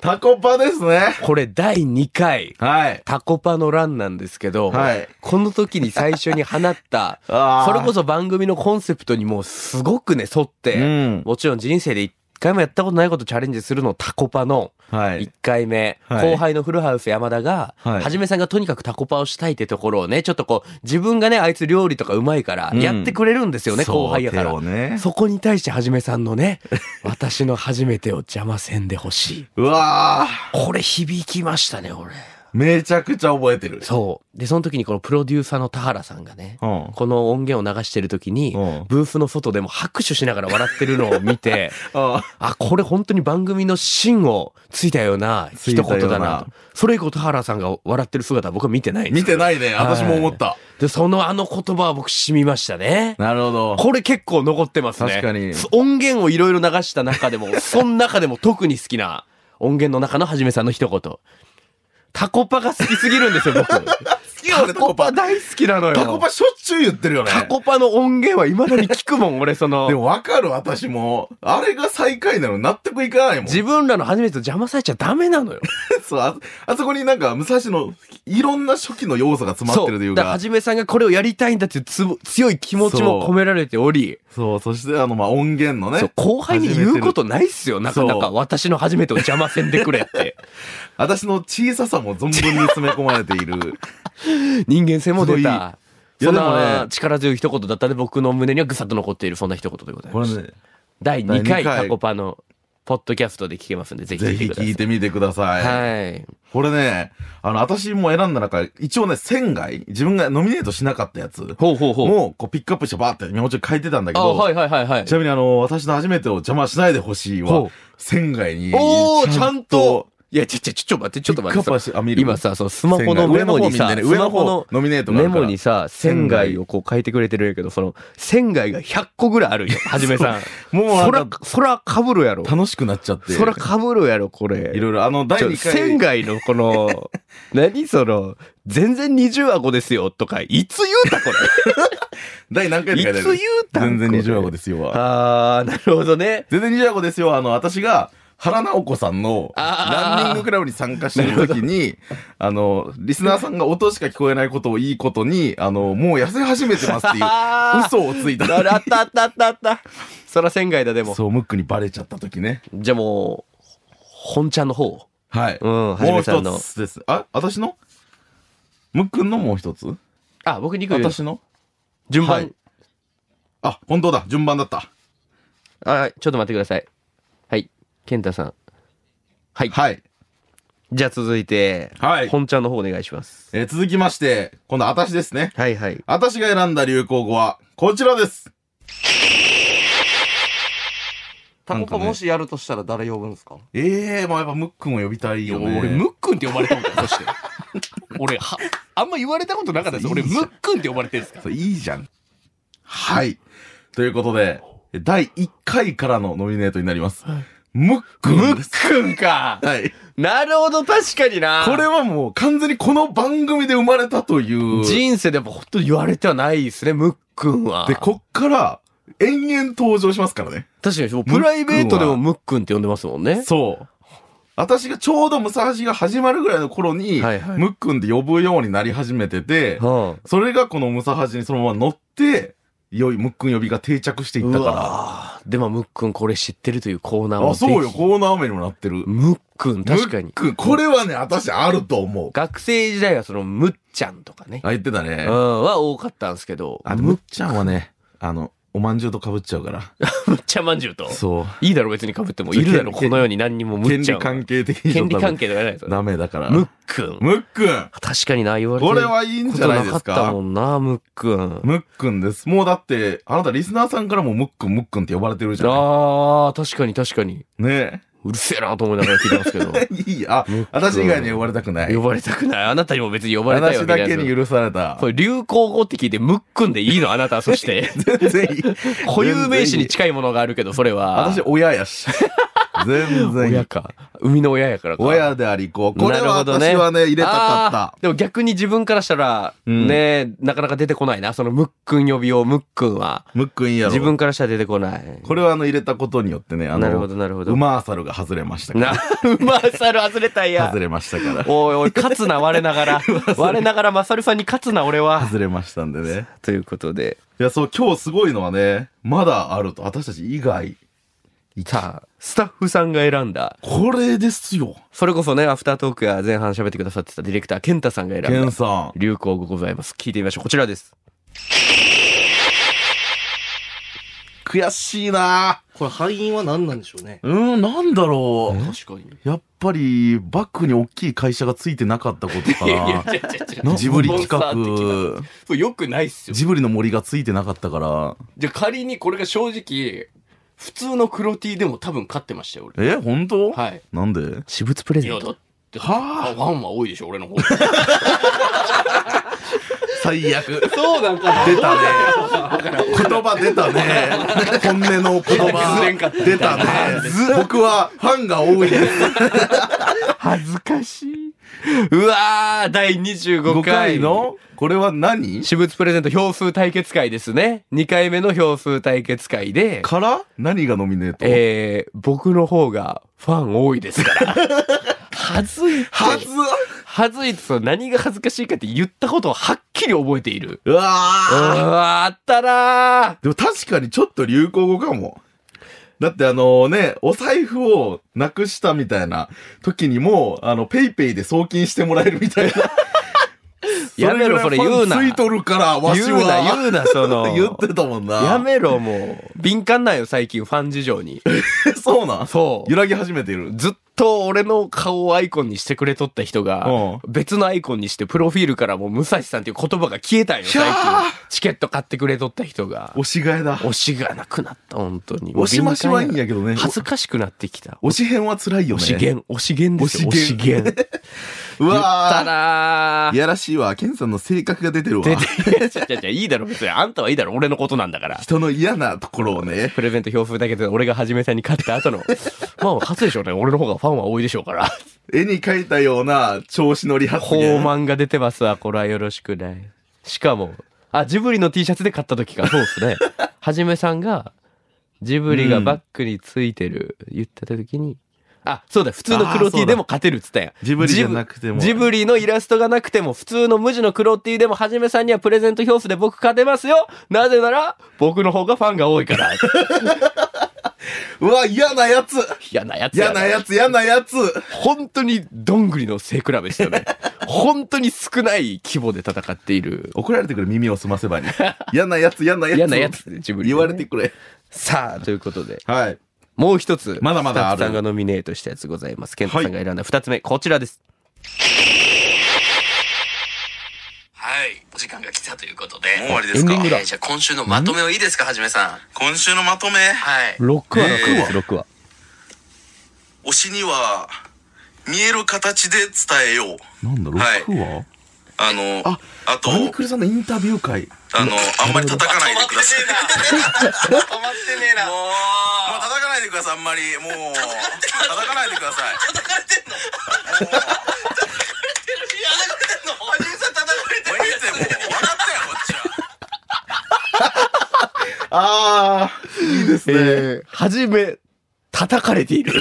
[SPEAKER 3] タコパですね。
[SPEAKER 2] [LAUGHS] これ第2回、
[SPEAKER 3] はい。
[SPEAKER 2] タコパの欄なんですけど、
[SPEAKER 3] はい、
[SPEAKER 2] この時に最初に放った [LAUGHS]
[SPEAKER 3] あー
[SPEAKER 2] それこそ番組のコンセプトにもうすごくね、沿って、
[SPEAKER 3] うん
[SPEAKER 2] もちろん人生で一回もやったことないことチャレンジするのをタコパの
[SPEAKER 3] は
[SPEAKER 2] 1。回目、
[SPEAKER 3] はい
[SPEAKER 2] 後輩のフルハウス山田が、
[SPEAKER 3] はい
[SPEAKER 2] はじめさんがとにかくタコパをしたいってところをね、ちょっとこう、自分がね、あいつ料理とかうまいから、
[SPEAKER 3] ん
[SPEAKER 2] やってくれるんですよね、後輩やから
[SPEAKER 3] そう。手をね。
[SPEAKER 2] そこに対してはじめさんの
[SPEAKER 3] [LAUGHS]
[SPEAKER 2] ね、私の初めてを邪魔せんでほしい。
[SPEAKER 3] うわー
[SPEAKER 2] これ響きましたね、俺。
[SPEAKER 3] めちゃくちゃ覚えてる。
[SPEAKER 2] そう。で、その時にこのプロデューサーの田原さんがね、
[SPEAKER 3] うん
[SPEAKER 2] この音源を流してる時に
[SPEAKER 3] うん、
[SPEAKER 2] ブースの外でも拍手しながら笑ってるのを見
[SPEAKER 3] [LAUGHS]
[SPEAKER 2] て、
[SPEAKER 3] あ
[SPEAKER 2] あ、これ本当に番組の芯をついたような一言
[SPEAKER 3] ついたよ
[SPEAKER 2] だな
[SPEAKER 3] うな
[SPEAKER 2] と。それ以降、田原さんが笑ってる姿は僕は見てないんです
[SPEAKER 3] 見
[SPEAKER 2] よ
[SPEAKER 3] てないね。私も思った。
[SPEAKER 2] で、そのあの言葉は僕染みましたね。
[SPEAKER 3] なるほど。
[SPEAKER 2] これ結構残ってますね。
[SPEAKER 3] 確かに
[SPEAKER 2] 音源をいろいろ流した中
[SPEAKER 3] [LAUGHS]
[SPEAKER 2] でも、その中でも特に好きな音源の中のはじめさんの一言。タコパが好きすぎるんですよ、
[SPEAKER 3] [LAUGHS]
[SPEAKER 2] 僕。
[SPEAKER 3] よ
[SPEAKER 2] タ
[SPEAKER 3] ね
[SPEAKER 2] コパ大好きなのよ。
[SPEAKER 3] タコパしょっちゅう言ってるよね。
[SPEAKER 2] タコパの音源はいまだに聞くもん、俺、その。
[SPEAKER 3] でもわかる私も。あれが最下位なの納得いかないもん。
[SPEAKER 2] 自分らの初めてと邪魔されちゃダメなのよ。
[SPEAKER 3] そうあ [LAUGHS] あそこになんか武蔵のいろんな初期の要素が詰まってるという
[SPEAKER 2] だから
[SPEAKER 3] か
[SPEAKER 2] は。じめさんがこれをやりたいんだっていうつぶ強い気持ちも込められており、
[SPEAKER 3] そう、そしてあの、まあ、音源の
[SPEAKER 2] そう
[SPEAKER 3] ね。
[SPEAKER 2] 後輩に言うことないっすよ、なかな
[SPEAKER 3] そ
[SPEAKER 2] か。
[SPEAKER 3] う
[SPEAKER 2] 私の初めてを邪魔せんでくれ [LAUGHS] って。
[SPEAKER 3] 私の小ささも存分に詰め込まれてい
[SPEAKER 2] [LAUGHS]
[SPEAKER 3] る。
[SPEAKER 2] 人間性も出た。
[SPEAKER 3] す
[SPEAKER 2] そ
[SPEAKER 3] ごいいや
[SPEAKER 2] ん
[SPEAKER 3] でもね
[SPEAKER 2] な力強い一言だったんで僕の胸にはぐさっと残っているそんな一言でござい
[SPEAKER 3] こ
[SPEAKER 2] ま
[SPEAKER 3] れ
[SPEAKER 2] す。
[SPEAKER 3] ね、
[SPEAKER 2] 第2回
[SPEAKER 3] 第二回
[SPEAKER 2] タコパのポッドキャストで聞けますんでぜひ聞
[SPEAKER 3] ぜ
[SPEAKER 2] い
[SPEAKER 3] ひ
[SPEAKER 2] てください。
[SPEAKER 3] 聞いてみてください。
[SPEAKER 2] はい。
[SPEAKER 3] これね、あの、私も選んだ中、一応ね、仙外、自分がノミネートしなかったやつ
[SPEAKER 2] ほうほうほう。
[SPEAKER 3] もう、こう、ピックアップしてバーって、日本中書いてたんだけ
[SPEAKER 2] あ、
[SPEAKER 3] ど、
[SPEAKER 2] はいはいはいはい
[SPEAKER 3] ち。なみにあの、私の初めてを邪魔しないでほしい
[SPEAKER 2] ほ
[SPEAKER 3] は
[SPEAKER 2] う、
[SPEAKER 3] 仙外に、
[SPEAKER 2] おー、ちゃんと。。いや、ちょ、ちょ、ちょ、ちょ、待って、ちょっと待っ
[SPEAKER 3] ピックアップ
[SPEAKER 2] てさ
[SPEAKER 3] はしあ見。る
[SPEAKER 2] 今さ、そのスマホのメモにさ、
[SPEAKER 3] 仙台
[SPEAKER 2] ス
[SPEAKER 3] 上
[SPEAKER 2] マ
[SPEAKER 3] の方
[SPEAKER 2] ホの
[SPEAKER 3] ノミネートがあ
[SPEAKER 2] メ
[SPEAKER 3] るから
[SPEAKER 2] モにさ、仙外をこう書いてくれてるんやけど、その、仙外が100個ぐらいあるん [LAUGHS] よ、はじめさん。
[SPEAKER 3] そうもうな
[SPEAKER 2] そ
[SPEAKER 3] ん
[SPEAKER 2] ら
[SPEAKER 3] か、
[SPEAKER 2] そらかぶるやろ。
[SPEAKER 3] 楽しくなっちゃって、
[SPEAKER 2] そらかぶるやろ、これ。
[SPEAKER 3] いろいろ、あの、第
[SPEAKER 2] ちょ
[SPEAKER 3] 2回。
[SPEAKER 2] 仙外のこ [LAUGHS] の、何その、全然二重顎ですよとか、いつ言うたこれ。
[SPEAKER 3] 第何回って書いてある
[SPEAKER 2] [LAUGHS] いつ言うたん
[SPEAKER 3] 全然二十話
[SPEAKER 2] こ
[SPEAKER 3] 後
[SPEAKER 2] れ
[SPEAKER 3] ですよは。
[SPEAKER 2] あー、なるほどね。
[SPEAKER 3] 全然二十話後ですよはあの、私が、原直子さんの
[SPEAKER 2] あー
[SPEAKER 3] ランニングクラブに参加してる時に、あの、リスナーさんが音しか聞こえないことをいいことに、あの、もう痩せ始めてますっていう
[SPEAKER 2] あ [LAUGHS] ー
[SPEAKER 3] 嘘をつい
[SPEAKER 2] あ
[SPEAKER 3] た。
[SPEAKER 2] らあったあったあったあった。そら仙外だ、でも。
[SPEAKER 3] そう、ムックにバレちゃった時ね。
[SPEAKER 2] じゃあもう、本ちゃんの方。
[SPEAKER 3] はい。
[SPEAKER 2] うん
[SPEAKER 3] も
[SPEAKER 2] はじ
[SPEAKER 3] う
[SPEAKER 2] めさんの
[SPEAKER 3] 一つです。あ、私のムックンのもう一つ
[SPEAKER 2] あ、僕に行くよ
[SPEAKER 3] 私の
[SPEAKER 2] 順番、
[SPEAKER 3] はいあ、本当だ。順番だった。
[SPEAKER 2] あ、ちょっと待ってください。はい。健太さん。はい。
[SPEAKER 3] はい。
[SPEAKER 2] じゃあ続いて、
[SPEAKER 3] はい
[SPEAKER 2] 本ちゃんの方お願いします。
[SPEAKER 3] えー続きまして、今度は私ですね。
[SPEAKER 2] はいはい。
[SPEAKER 3] 私が選んだ流行語は、こちらです。
[SPEAKER 1] タコパ
[SPEAKER 3] なんかね
[SPEAKER 1] もしやるとしたら誰呼ぶんですか
[SPEAKER 3] ええー、まあやっぱムックンを呼びたいよね。
[SPEAKER 1] 俺、ムックンって呼ばれたんだよ、
[SPEAKER 2] [LAUGHS]
[SPEAKER 1] そして。俺、は、あんま言われたことなかったです。俺、ムックンって呼ばれてるんですか
[SPEAKER 3] そういいじゃん。はい。ということで、第1回からのノミネートになります。ムック
[SPEAKER 2] ム
[SPEAKER 3] ンです。
[SPEAKER 2] ックンか
[SPEAKER 3] はい。
[SPEAKER 2] なるほど、確かにな。
[SPEAKER 3] これはもう完全にこの番組で生まれたという。
[SPEAKER 2] 人生でも本当に言われてはないですね、ムックンは。
[SPEAKER 3] で、こっから、延々登場しますからね。
[SPEAKER 2] 確かに、もうプライベートでもムックンって呼んでますもんね。 [LAUGHS]
[SPEAKER 3] そう。私がちょうどムサハジが始まるぐらいの頃に、
[SPEAKER 2] はいはい
[SPEAKER 3] ムックンで呼ぶようになり始めてて、
[SPEAKER 2] は
[SPEAKER 3] それがこのムサハジにそのまま乗って、よいムックン呼びが定着して
[SPEAKER 2] あ、
[SPEAKER 3] いっ
[SPEAKER 2] う
[SPEAKER 3] たか
[SPEAKER 2] わぁでもムックンこれ知ってるというコーナー
[SPEAKER 3] ら。
[SPEAKER 2] も
[SPEAKER 3] あ、そう
[SPEAKER 2] ぜ
[SPEAKER 3] よ、
[SPEAKER 2] ひ
[SPEAKER 3] コーナー名にもなってる。
[SPEAKER 2] ムックン、確か
[SPEAKER 3] ム
[SPEAKER 2] に
[SPEAKER 3] ッ。クン、これはね、私あると思う。
[SPEAKER 2] 学生時代はその、むっちゃんとかね。
[SPEAKER 3] あ、言ってた
[SPEAKER 2] う
[SPEAKER 3] ね
[SPEAKER 2] ん、。は多かったんですけど、
[SPEAKER 3] あ、でもむっちゃんはね、あの、おまんじゅうと被っちゃうから。
[SPEAKER 2] むっちゃまんじゅうと。
[SPEAKER 3] そ
[SPEAKER 2] いいだろ、別に被っても。いるだろ、この世に何にも
[SPEAKER 3] う。
[SPEAKER 2] む
[SPEAKER 3] 権
[SPEAKER 2] っちゃん
[SPEAKER 3] 利
[SPEAKER 2] は。
[SPEAKER 3] 関係的に
[SPEAKER 2] 権利関
[SPEAKER 3] 係
[SPEAKER 2] 係とかじゃないですよ。
[SPEAKER 3] ダメだから。
[SPEAKER 2] ム
[SPEAKER 3] ム
[SPEAKER 2] ックン。
[SPEAKER 3] ックン
[SPEAKER 2] 確かにな、言われて
[SPEAKER 3] こ
[SPEAKER 2] る
[SPEAKER 3] れはいいんじゃないです
[SPEAKER 2] ことなかった
[SPEAKER 3] か
[SPEAKER 2] も。んな、ムックン。
[SPEAKER 3] ムックンです。もうだって、あなたリスナーさんからもムックン、ムックンって呼ばれてるじゃん。
[SPEAKER 2] ああ、確かに確かに。
[SPEAKER 3] ね [LAUGHS]
[SPEAKER 2] うるせえなと思いながら聞いてますけど。
[SPEAKER 3] え。いい、あ
[SPEAKER 2] ムック、ン
[SPEAKER 3] 私以外には呼ばれたくない
[SPEAKER 2] 呼。ばれたくない。あなたにも別に呼ばれたいわけ
[SPEAKER 3] 私
[SPEAKER 2] じゃな
[SPEAKER 3] だ
[SPEAKER 2] いで
[SPEAKER 3] け
[SPEAKER 2] す
[SPEAKER 3] に許された
[SPEAKER 2] こ。れ流行語って聞いて、ムックンでいいのあなた、そ [LAUGHS] して。
[SPEAKER 3] 全然いい。
[SPEAKER 2] 固有名詞に近
[SPEAKER 3] 近い。
[SPEAKER 2] いものがあるけど、それは。
[SPEAKER 3] 私、親や
[SPEAKER 2] [LAUGHS]
[SPEAKER 3] し。全然い
[SPEAKER 2] 親
[SPEAKER 3] い。
[SPEAKER 2] か。生みの親やからか。
[SPEAKER 3] 親でありこう。これ
[SPEAKER 2] なる
[SPEAKER 3] は
[SPEAKER 2] ほど
[SPEAKER 3] 私はね、入れたかった
[SPEAKER 2] あ。ーでも逆に自分からしたら、
[SPEAKER 3] うん
[SPEAKER 2] ね、なかなか出てこないな。そのムックン呼びをムックンは。
[SPEAKER 3] ムックンいいやろ。
[SPEAKER 2] 自分からしたら出てこない。
[SPEAKER 3] これはあの入れたことによってね、あの、
[SPEAKER 2] なるほど、なるほど。
[SPEAKER 3] ウマーサルが外れましたか
[SPEAKER 2] な、うまさる外れたん
[SPEAKER 3] ら。
[SPEAKER 2] や
[SPEAKER 3] 外。れましたから。
[SPEAKER 2] おいおい、勝つな、我なが
[SPEAKER 3] [LAUGHS]
[SPEAKER 2] ら。我ながら、まさるさんに勝つな、俺は。
[SPEAKER 3] 外れましたんでね。
[SPEAKER 2] ということで。
[SPEAKER 3] いや、そう、今日すごいのはね、まだあると。私たち以外。
[SPEAKER 2] さあ、スタッフさんが選んだ。
[SPEAKER 3] これですよ。
[SPEAKER 2] それこそね、アフタートークや前半喋ってくださってたディレクター、健太さんが選
[SPEAKER 3] ケ
[SPEAKER 2] ん
[SPEAKER 3] ン
[SPEAKER 2] だ。
[SPEAKER 3] さん。
[SPEAKER 2] 流行語ございます。聞いてみましょう。こちらです。
[SPEAKER 3] 悔しいな
[SPEAKER 1] これ、敗因は何なんでしょうね。
[SPEAKER 3] うーん、なんだろう。
[SPEAKER 1] 確かに。
[SPEAKER 3] やっぱり、バックに大きい会社がついてなかったことかな。
[SPEAKER 1] 違う違う違う
[SPEAKER 3] なジブリ企
[SPEAKER 1] スポンサー
[SPEAKER 3] 画、
[SPEAKER 1] これ良くないっすよ。
[SPEAKER 3] ジブリの森がついてなかったから。
[SPEAKER 1] じゃあ、仮にこれが正直、普通の黒 T でも多分勝ってましたよ、俺。
[SPEAKER 3] え、本当
[SPEAKER 1] はい。
[SPEAKER 3] なんで
[SPEAKER 2] 私物プレ
[SPEAKER 1] い
[SPEAKER 2] ゼ
[SPEAKER 1] や、
[SPEAKER 2] ン
[SPEAKER 1] だ
[SPEAKER 2] ト。
[SPEAKER 1] って、
[SPEAKER 3] はあ
[SPEAKER 1] ファンは多いでしょ、俺の方。
[SPEAKER 3] 最悪。
[SPEAKER 1] そうなんか
[SPEAKER 3] 出たね。言葉出たね。本音の言
[SPEAKER 1] [LAUGHS]
[SPEAKER 3] 葉出たね。僕はファンが多いです。
[SPEAKER 2] 恥ずかしい。うわー、第25
[SPEAKER 3] 5
[SPEAKER 2] 回
[SPEAKER 3] 回。のこれは何
[SPEAKER 2] 私物プレゼント票数対決会ですね。2回目の票数対決会で、
[SPEAKER 3] から何がノミネート、
[SPEAKER 2] えー、僕の方がファン多いですから。はずいって。
[SPEAKER 3] はず
[SPEAKER 2] はずいって、その何が恥ずかしいかって言ったことをはっきり覚えている。
[SPEAKER 3] うわ
[SPEAKER 2] う
[SPEAKER 3] ー
[SPEAKER 2] わあったな
[SPEAKER 3] でも確かにちょっと流行語かも。だってあのね、お財布をなくしたみたいな時にも、あの、ペイペイで送金してもらえるみたいな。
[SPEAKER 2] ー [LAUGHS] やめろ、それ言うな。
[SPEAKER 3] ファンつ
[SPEAKER 2] 言
[SPEAKER 3] いとるから、わし
[SPEAKER 2] うな、
[SPEAKER 3] は。。
[SPEAKER 2] 言うな、その
[SPEAKER 3] [LAUGHS] 言ってたもんな。
[SPEAKER 2] やめろ、もう。敏感なんよ、最近、ファン事情に。
[SPEAKER 3] そうなん
[SPEAKER 2] そう
[SPEAKER 3] 揺。らぎ始めてる。
[SPEAKER 2] ずっと俺の顔をアイコンにしてくれとった人が、別のアイコンにして、プロフィールからもう、武蔵さんっていう言葉が消えたんよ、最
[SPEAKER 3] ひゃ
[SPEAKER 2] 近。チケット買ってくれとった人が。
[SPEAKER 3] 押し替えだ。
[SPEAKER 2] 推しがなくなった、本当に。
[SPEAKER 3] 押しましはいいんやけどね。
[SPEAKER 2] 恥ずかしくなってきた。
[SPEAKER 3] 押し編は辛いよね。
[SPEAKER 2] 推し源、推し源ですよ、推
[SPEAKER 3] 推
[SPEAKER 2] し
[SPEAKER 3] し源
[SPEAKER 2] 源。
[SPEAKER 3] う
[SPEAKER 2] 言っ
[SPEAKER 3] わ
[SPEAKER 2] た
[SPEAKER 3] ー
[SPEAKER 2] なー
[SPEAKER 3] いやらしいわ。ケンさんの性格が出てるわ。
[SPEAKER 2] 出て、いやいやいやいいだろ、別に。あんたはいいだろ、俺のことなんだから。
[SPEAKER 3] 人の嫌なところをね。
[SPEAKER 2] プレゼント表風だけど、俺がはじめさんに勝った後 [LAUGHS] の、まあ、勝つでしょうね。俺の方がファンは多いでしょうから。
[SPEAKER 3] 絵に描いたような調子乗り発
[SPEAKER 2] 豊
[SPEAKER 3] 言。
[SPEAKER 2] 満が出てますわ、これはよろしくない。しかも、あ、ジブリの T シャツで買った時か。そうです [LAUGHS] ね。はじめさんが、ジブリがバッグについてる、言ってた時に、あ、そうだ、普通の黒
[SPEAKER 3] あーそう
[SPEAKER 2] T
[SPEAKER 3] だ
[SPEAKER 2] でも勝てるっつったやん。
[SPEAKER 3] ジブリじゃなくても
[SPEAKER 2] ジブジブリのイラストがなくても、普通の無地の黒 T でも、はじめさんにはプレゼント表数で僕勝てますよなぜなら、僕の方がファンが多いから。
[SPEAKER 3] うわ、嫌なやつ
[SPEAKER 2] [LAUGHS] 嫌なやつや
[SPEAKER 3] 嫌
[SPEAKER 2] な
[SPEAKER 3] なやつ、嫌なやつ
[SPEAKER 2] 本当にどんぐりの背比べし
[SPEAKER 5] [LAUGHS]
[SPEAKER 2] たね。本当に少ない規模で戦っている。
[SPEAKER 3] 怒られてくる耳を澄ませ [LAUGHS] ばに。嫌なやつ、嫌なやつ。
[SPEAKER 2] 嫌なやつ、ジブリ、
[SPEAKER 3] 言われてくれ。
[SPEAKER 2] さあ、ということで。
[SPEAKER 3] はい。
[SPEAKER 2] もう一つ、
[SPEAKER 3] まだまだある
[SPEAKER 2] スタッフさんがノミネートしたやつございます。ケントさんが選んだ二つ目、こちらです。
[SPEAKER 4] はい、お時間が来たということで。
[SPEAKER 5] もう終わりですか
[SPEAKER 2] エンディング
[SPEAKER 4] えーじゃあ今週のまとめをいいですか、はじめさん。
[SPEAKER 5] 今週のまとめ
[SPEAKER 4] はい。
[SPEAKER 2] 6話
[SPEAKER 5] えー
[SPEAKER 2] 6話です、6話。
[SPEAKER 4] [LAUGHS]
[SPEAKER 5] 推しには見える形で伝えよう
[SPEAKER 3] なんだ、
[SPEAKER 5] はい
[SPEAKER 3] 6話
[SPEAKER 5] あの
[SPEAKER 3] あ
[SPEAKER 5] あと
[SPEAKER 3] バニクルさんのインタビュー会。
[SPEAKER 5] あのあんまり叩かないでください
[SPEAKER 4] 止まってねえな。
[SPEAKER 5] もう
[SPEAKER 4] もう、
[SPEAKER 5] もう叩かないでくださいあんまりもう叩かないでください
[SPEAKER 4] 叩かれてんの叩かれてんのはじめさん叩かれて
[SPEAKER 5] もういいってもう分かったよこっちは
[SPEAKER 3] ああ、いいです
[SPEAKER 2] えー、はじめ、叩かれてい [LAUGHS] る。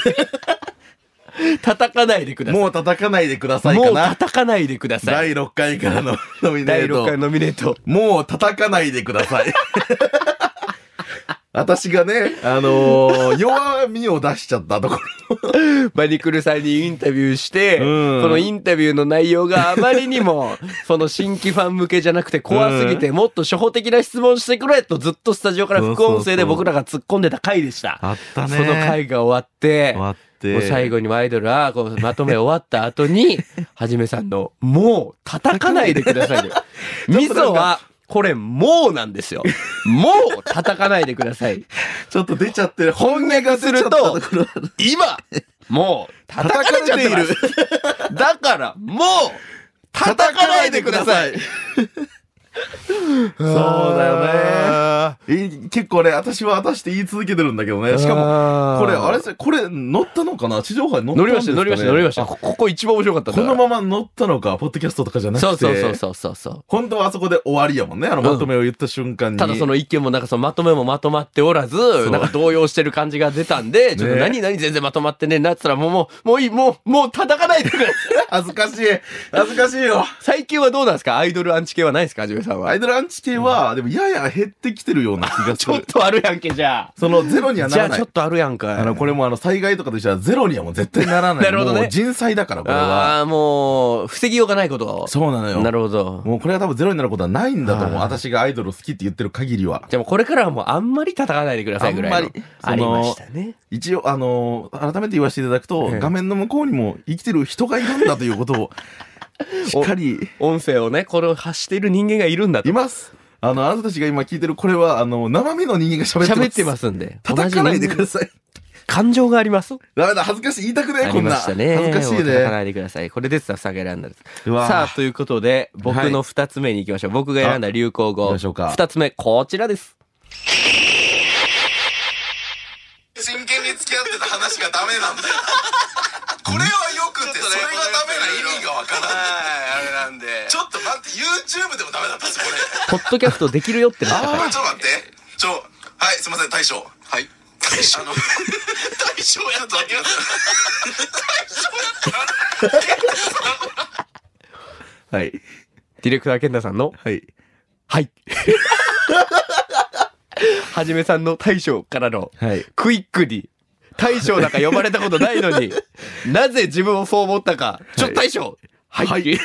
[SPEAKER 2] 叩かないでください。
[SPEAKER 3] もう叩かないでください
[SPEAKER 2] も
[SPEAKER 3] か
[SPEAKER 2] う
[SPEAKER 3] な。
[SPEAKER 2] 叩かないでください。
[SPEAKER 3] 第6回から [LAUGHS] のノミネ
[SPEAKER 2] 第
[SPEAKER 3] ー
[SPEAKER 2] 6回
[SPEAKER 3] ト。
[SPEAKER 2] ノミネート。
[SPEAKER 3] もう叩かないでくださ
[SPEAKER 2] [LAUGHS]
[SPEAKER 3] い。私がね、あのー弱みを出しちゃったところ。
[SPEAKER 2] バニクルさんにインタビューして、
[SPEAKER 3] うん
[SPEAKER 2] そのインタビューの内容があまりに [LAUGHS] も、その新規ファン向けじゃなくて怖すぎて、もっと初歩的な質問してくれとずっとスタジオから副音声で僕らが突っ込んでた回でした。
[SPEAKER 3] あった
[SPEAKER 2] その回が終わって、
[SPEAKER 3] って
[SPEAKER 2] もう最後にもアイドルはこうまとめ終わった後 [LAUGHS] に、はじめさんの、もう叩かないでください [LAUGHS] ね。味噌は、これ、もうなんですよ。もう叩かないでください。
[SPEAKER 3] ちょっと出ちゃってる。
[SPEAKER 2] 翻訳すると、今、もう叩かれちゃっている。だから、もう [LAUGHS] 叩かないでください。
[SPEAKER 3] [LAUGHS]
[SPEAKER 2] [LAUGHS]
[SPEAKER 3] そうだよね。え結構ね、私は私って言い続けてるんだけどね。しかも、
[SPEAKER 2] も
[SPEAKER 3] これ、あれですねこれ乗ったのかな地上波に乗った
[SPEAKER 2] 乗
[SPEAKER 3] ん
[SPEAKER 2] り
[SPEAKER 3] で
[SPEAKER 2] ますし
[SPEAKER 3] か、
[SPEAKER 2] た、
[SPEAKER 3] ね、
[SPEAKER 2] 乗りました、乗りました。
[SPEAKER 3] あ
[SPEAKER 2] ここ一番面白かった
[SPEAKER 3] この
[SPEAKER 2] ま
[SPEAKER 3] まま乗ったのか、ポッドキャストとかじゃなくて。
[SPEAKER 2] そうそうそうそうそうそう。
[SPEAKER 3] 本当はあそこで終わりやもんね。あの、まとめを言った瞬間に。
[SPEAKER 2] ただその意見もなんかそのまとめもまとまっておらず、
[SPEAKER 3] う
[SPEAKER 2] なんか動揺してる感じが出たんで、ちょっと何何全然まとまってねえなって言ったらもうもう、もういい、もう、もう叩かないでください。
[SPEAKER 3] 恥ずかしい。恥ずかしいよ。
[SPEAKER 2] [LAUGHS] 最近はどうなんですかアイドルアンチ系はないですかはじめさん
[SPEAKER 3] ア
[SPEAKER 2] は。
[SPEAKER 3] イドルアンチ系は、でもやや減ってきてるような気がす
[SPEAKER 2] ちょっ
[SPEAKER 3] る。
[SPEAKER 2] とあるやんけ、じゃ
[SPEAKER 3] そのゼロに
[SPEAKER 2] あ。
[SPEAKER 3] は
[SPEAKER 2] じ
[SPEAKER 3] な
[SPEAKER 2] ゃあ
[SPEAKER 3] らな
[SPEAKER 2] ちょ
[SPEAKER 3] い
[SPEAKER 2] っ。とあるやんかい。
[SPEAKER 3] あの、これもあの、災害とかとしたらゼロにはもう絶対ならない。
[SPEAKER 2] なるほどね
[SPEAKER 3] もう人災だから、これは。
[SPEAKER 2] ああ、もう、防ぎようがないことを。
[SPEAKER 3] そうなのよ。
[SPEAKER 2] なるほど。
[SPEAKER 3] もうこれは多分ゼロになることはないんだと思う。
[SPEAKER 2] はい
[SPEAKER 3] 私がアイドル好きって言ってる限りは。
[SPEAKER 2] でもこれからはもうあんまり叩かないでくださいぐらいの。
[SPEAKER 3] あんまり
[SPEAKER 2] ありましたね。
[SPEAKER 3] 一応、あのー改めて言わせていただくと、
[SPEAKER 2] ええ
[SPEAKER 3] 画面の向こうにも生きてる人がいるんだというこ
[SPEAKER 2] [LAUGHS]
[SPEAKER 3] とを、しっかり、
[SPEAKER 2] 音声をね、これを発している人間がいるんだと
[SPEAKER 3] い。ます。あの、あなたたちが今聞いてる、これは、あの、生身の人間が喋ってます。
[SPEAKER 2] 喋ってますんで。
[SPEAKER 3] 叩かないでください。
[SPEAKER 2] 感情があります。
[SPEAKER 3] ダメだ、恥ずかしい。言いたくな
[SPEAKER 2] あ
[SPEAKER 3] い、こ
[SPEAKER 2] り
[SPEAKER 3] ん
[SPEAKER 2] ま
[SPEAKER 3] な。
[SPEAKER 2] したね。
[SPEAKER 3] 恥ずかしい
[SPEAKER 2] もう叩かな
[SPEAKER 3] ね。
[SPEAKER 2] いでください。これでスタッフさんが選んだんです。
[SPEAKER 3] うわ
[SPEAKER 2] さあ、ということで、僕
[SPEAKER 3] はい
[SPEAKER 2] の二つ目に行きましょう。僕が選んだ流行
[SPEAKER 3] あ行
[SPEAKER 2] 語。
[SPEAKER 3] きましょうか
[SPEAKER 2] 二つ目、こちらです。
[SPEAKER 5] 真剣に付き合ってた話がダメなんだよこれはよくてそれがダメな意味がわからないあれなんでちょっと待って YouTube でもダメだったんですこれ
[SPEAKER 2] ポッドキャストできるよ [LAUGHS] ってなったか
[SPEAKER 5] ちょっと待ってちょはいすいません大将はい大将あの [LAUGHS] 大将やった大将やった
[SPEAKER 3] は
[SPEAKER 2] ら。
[SPEAKER 3] い。
[SPEAKER 2] ディレクター健太さんの、
[SPEAKER 3] はい。
[SPEAKER 2] はい。 [LAUGHS] はじめさんの大将からの、
[SPEAKER 3] はい。
[SPEAKER 2] クイックに、大将なんか呼ばれたことないの
[SPEAKER 3] [LAUGHS]
[SPEAKER 2] に、なぜ自分をそう思ったか。ちょっと大将はい。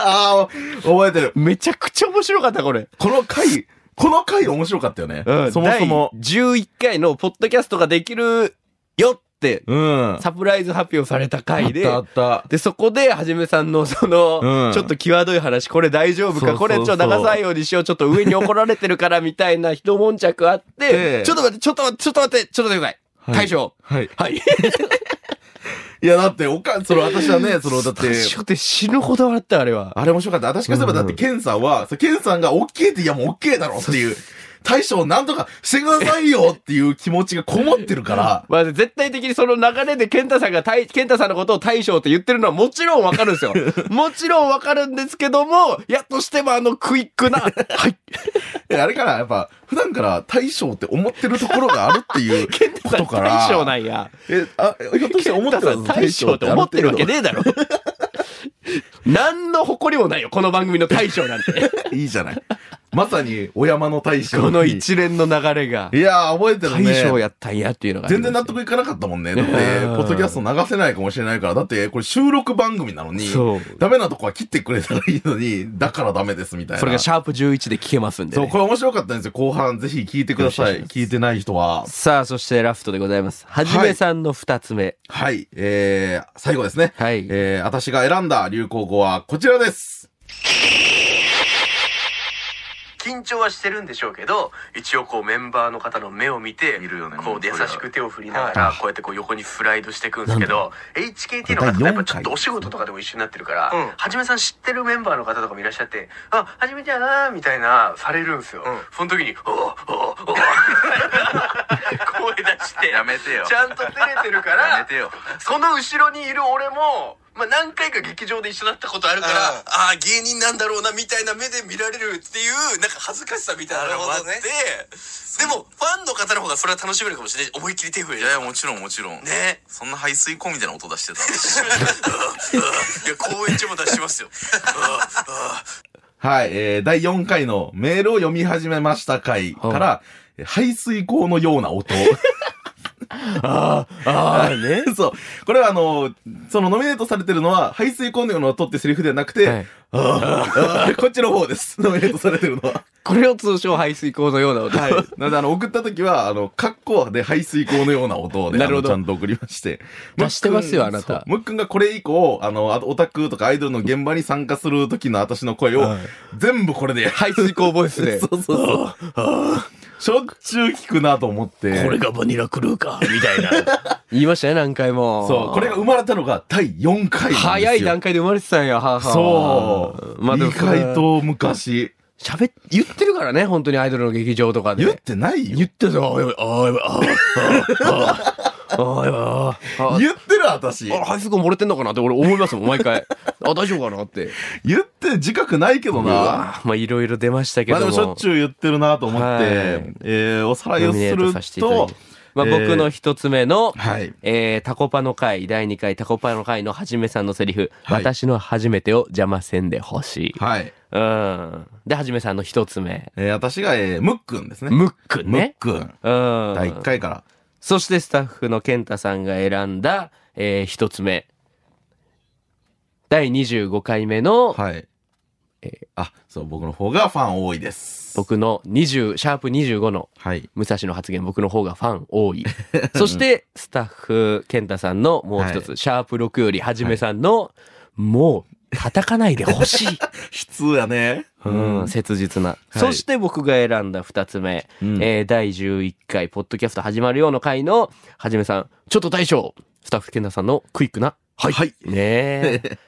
[SPEAKER 3] ああ、覚えてる。
[SPEAKER 2] [LAUGHS] めちゃくちゃ面白かった、これ。
[SPEAKER 3] この回、この回面白かったよね。
[SPEAKER 2] うん、
[SPEAKER 3] そもそも。
[SPEAKER 2] 第11回のポッドキャストができるよって、
[SPEAKER 3] うん。
[SPEAKER 2] サプライズ発表された回で
[SPEAKER 3] あ、ったあっ
[SPEAKER 2] で、そこで、はじめさんの、その、
[SPEAKER 3] うん
[SPEAKER 2] ちょっと際どい話、これ大丈夫
[SPEAKER 3] そうそ
[SPEAKER 2] か
[SPEAKER 3] う
[SPEAKER 2] これちょっと流さないようにしよう、ちょっと上に怒られてるから、みたいな一悶着あって、
[SPEAKER 3] ええ
[SPEAKER 2] ちょっと待って、ちょっと待って、ちょっと待って、ちょっと待ってください。
[SPEAKER 3] はい
[SPEAKER 2] 大将。
[SPEAKER 3] た。はい。
[SPEAKER 2] はい。
[SPEAKER 3] いや、だって、おか、その、私はね、その、だって、
[SPEAKER 2] 大将って死ぬほど笑った、あれは。
[SPEAKER 3] あれ面白かった。私からすれば、だって、ケンさんは、そうケンさんが OK って、いや、もう OK だろっていう、大将なんとかしてくださいよっていう気持ちがこもってる
[SPEAKER 2] [LAUGHS]
[SPEAKER 3] から、
[SPEAKER 2] まあ、絶対的にその流れで健太さんが大、健太さんのことを大将って言ってるのはもちろんわかるんです [LAUGHS] よ。もちろんわかるんですけども、やっとしてもあのクイックな、はい。
[SPEAKER 3] いやあれから、やっぱ、普段から大将って思ってるところがあるって
[SPEAKER 2] [LAUGHS]
[SPEAKER 3] いうことから、
[SPEAKER 2] 大将なんや。
[SPEAKER 3] え、あ、ひょっとして思ってた
[SPEAKER 2] 健太さん大将って思ってるわけねえだろ。 [LAUGHS] 何の誇りもないよ、この番組の大将なんて。
[SPEAKER 3] いいじゃない。まさにお山の大将に
[SPEAKER 2] この一連の流れが
[SPEAKER 3] い、やー、覚えてる
[SPEAKER 2] 大将
[SPEAKER 3] ね。
[SPEAKER 2] やったんやっていうのがあり
[SPEAKER 3] 全
[SPEAKER 2] まし
[SPEAKER 3] 然
[SPEAKER 2] た
[SPEAKER 3] 納
[SPEAKER 2] よ。
[SPEAKER 3] 得いかなかったもんね。だって、ポ
[SPEAKER 2] うん
[SPEAKER 3] ッドキャスト流せないかもしれないから、だって、これ収録番組なのに、
[SPEAKER 2] そう。
[SPEAKER 3] ダメなとこは切ってくれたらいいのに、だからダメですみたいな。
[SPEAKER 2] それがシャープ11で聞けますんで
[SPEAKER 3] そ
[SPEAKER 2] ね、
[SPEAKER 3] う、これ面白かったんですよ。後半、ぜひ聞いてくださ
[SPEAKER 2] よ
[SPEAKER 3] い。
[SPEAKER 2] ろしくお願いします
[SPEAKER 3] 聞いてない人は。
[SPEAKER 2] さあ、そしてラフトでございます。はじめさんの二つ目。
[SPEAKER 3] はい、えー、最後ですね。
[SPEAKER 2] はい。
[SPEAKER 3] えー、私が選んだ流行語はこちらです。
[SPEAKER 6] 緊張はしてるんでしょうけど一応こうメンバーの方の目を見て
[SPEAKER 5] いるよね
[SPEAKER 6] こう優しく手を振りながらこうやってこう横にスライドしていくんですけど HKT の方ってやっぱちょっとお仕事とかでも一緒になってるから、
[SPEAKER 5] うん
[SPEAKER 6] はじめさん知ってるメンバーの方とかもいらっしゃって「あはじめちゃんあー」みたいなされるんですよ、
[SPEAKER 5] うん
[SPEAKER 6] その時に「おおおお」みたいな [LAUGHS] 声出して
[SPEAKER 5] やめてよ
[SPEAKER 6] ちゃんと照れてるか
[SPEAKER 5] や
[SPEAKER 6] ら
[SPEAKER 5] めてよ
[SPEAKER 6] その後ろにいる俺も、まあ、何回か劇場で一緒だったことあるから、
[SPEAKER 5] うん
[SPEAKER 6] ああ、芸人なんだろうな、みたいな目で見られるっていう、なんか恥ずかしさみたいなのがあって、
[SPEAKER 5] なるほど
[SPEAKER 6] でも、ファンの方の方がそれは楽しめるかもしれない。思いっきり手振れ
[SPEAKER 5] い
[SPEAKER 6] る。
[SPEAKER 5] やいやもちろんもちろん
[SPEAKER 6] ね。
[SPEAKER 5] そんな排水溝みたいな音出してた
[SPEAKER 6] い [LAUGHS] や、公演中も出しますよ。
[SPEAKER 3] はい、えー、第4回のメールを読み始めました回から、排水口のような音。
[SPEAKER 2] [LAUGHS] ああね。
[SPEAKER 3] [LAUGHS] そう。これはあの、そのノミネートされてるのは、排水口のような音ってセリフではなくて、
[SPEAKER 2] はい
[SPEAKER 3] あーあーこっちの方です。 [LAUGHS] ノミネートされて
[SPEAKER 2] [LAUGHS]
[SPEAKER 3] るのは。
[SPEAKER 2] これを通称排水口のような音。
[SPEAKER 3] はい。なので、あの、送った時は、あの、格好で排水口のような音で、
[SPEAKER 2] なるほど
[SPEAKER 3] あのちゃんと送りまして。
[SPEAKER 2] 出してますよ
[SPEAKER 3] む
[SPEAKER 2] あな
[SPEAKER 3] っくん
[SPEAKER 2] た
[SPEAKER 3] そうむっくんがこれ以降、あの、あとオタクとかアイドルの現場に参加する時の私の声を、全部これで、
[SPEAKER 2] 排水口ボイスで。
[SPEAKER 3] [LAUGHS] そうそうそう。しょっちゅう聞くなと思って。
[SPEAKER 1] がバニラクルーか、みたいな。
[SPEAKER 2] 言いましたね、何回も。
[SPEAKER 3] そう。これが生まれたのが第4回なんですよ。
[SPEAKER 2] 早い段階で生まれてたんや、はあはあ
[SPEAKER 3] そう。
[SPEAKER 2] まあで
[SPEAKER 3] 意
[SPEAKER 2] もそれ
[SPEAKER 3] 外と昔。
[SPEAKER 2] 喋っ、言ってるからね、本当にアイドルの劇場とかで。
[SPEAKER 3] 言ってないよ。
[SPEAKER 2] 言ってた。ああ、やばい、ああ、やばい、ああ、ああ、ああ、やばい、ああああ。
[SPEAKER 3] 言ってる私。
[SPEAKER 2] あ排水口漏れてんのかなって俺思いますもん、毎回。あ、大丈夫かなって。
[SPEAKER 3] 言って自覚ないけど
[SPEAKER 2] う
[SPEAKER 3] な。
[SPEAKER 2] わまあいろいろ出ましたけ
[SPEAKER 3] まあ
[SPEAKER 2] ど
[SPEAKER 3] で
[SPEAKER 2] も。
[SPEAKER 3] もしょっちゅう言ってるなと思って、
[SPEAKER 2] はい
[SPEAKER 3] えー、おさらいを
[SPEAKER 2] ノ
[SPEAKER 3] す
[SPEAKER 2] ミネー
[SPEAKER 3] る
[SPEAKER 2] トさせていただ
[SPEAKER 3] と
[SPEAKER 2] き、まあ
[SPEAKER 3] えー
[SPEAKER 2] 僕の一つ目の、
[SPEAKER 3] はい。
[SPEAKER 2] えータコパの回、第2回タコパの回のはじめさんのセリフ、
[SPEAKER 3] はい
[SPEAKER 2] 私の初めてを邪魔せんでほしい。
[SPEAKER 3] はい。
[SPEAKER 2] うん。で、はじめさんの一つ目。
[SPEAKER 3] えー、私が、えー、ムックンですね。
[SPEAKER 2] ムック
[SPEAKER 3] ムッ
[SPEAKER 2] ね。
[SPEAKER 3] クン。
[SPEAKER 2] うん。
[SPEAKER 3] 第1回から。
[SPEAKER 2] そしてスタッフの健太さんが選んだ、えー一つ目。第25回目の、
[SPEAKER 3] はい。あ、そう、僕の方がファン多いです。
[SPEAKER 2] 僕の20、シャープ25の
[SPEAKER 3] はい。
[SPEAKER 2] 武蔵の発言、僕の方がファン多い。 [LAUGHS] そして、スタッフ、健太さんのもう一つ、シャープ6よりはじめさんの、もう、叩かないでほしい。
[SPEAKER 3] 普通やね。
[SPEAKER 2] うん、切実な。そして僕が選んだ二つ目、
[SPEAKER 3] うん
[SPEAKER 2] えー第11回、ポッドキャスト始まるよの回の、はじめさん、ちょっと大将、スタッフ健太さんのクイックな。はい。
[SPEAKER 3] はい
[SPEAKER 2] ねえ。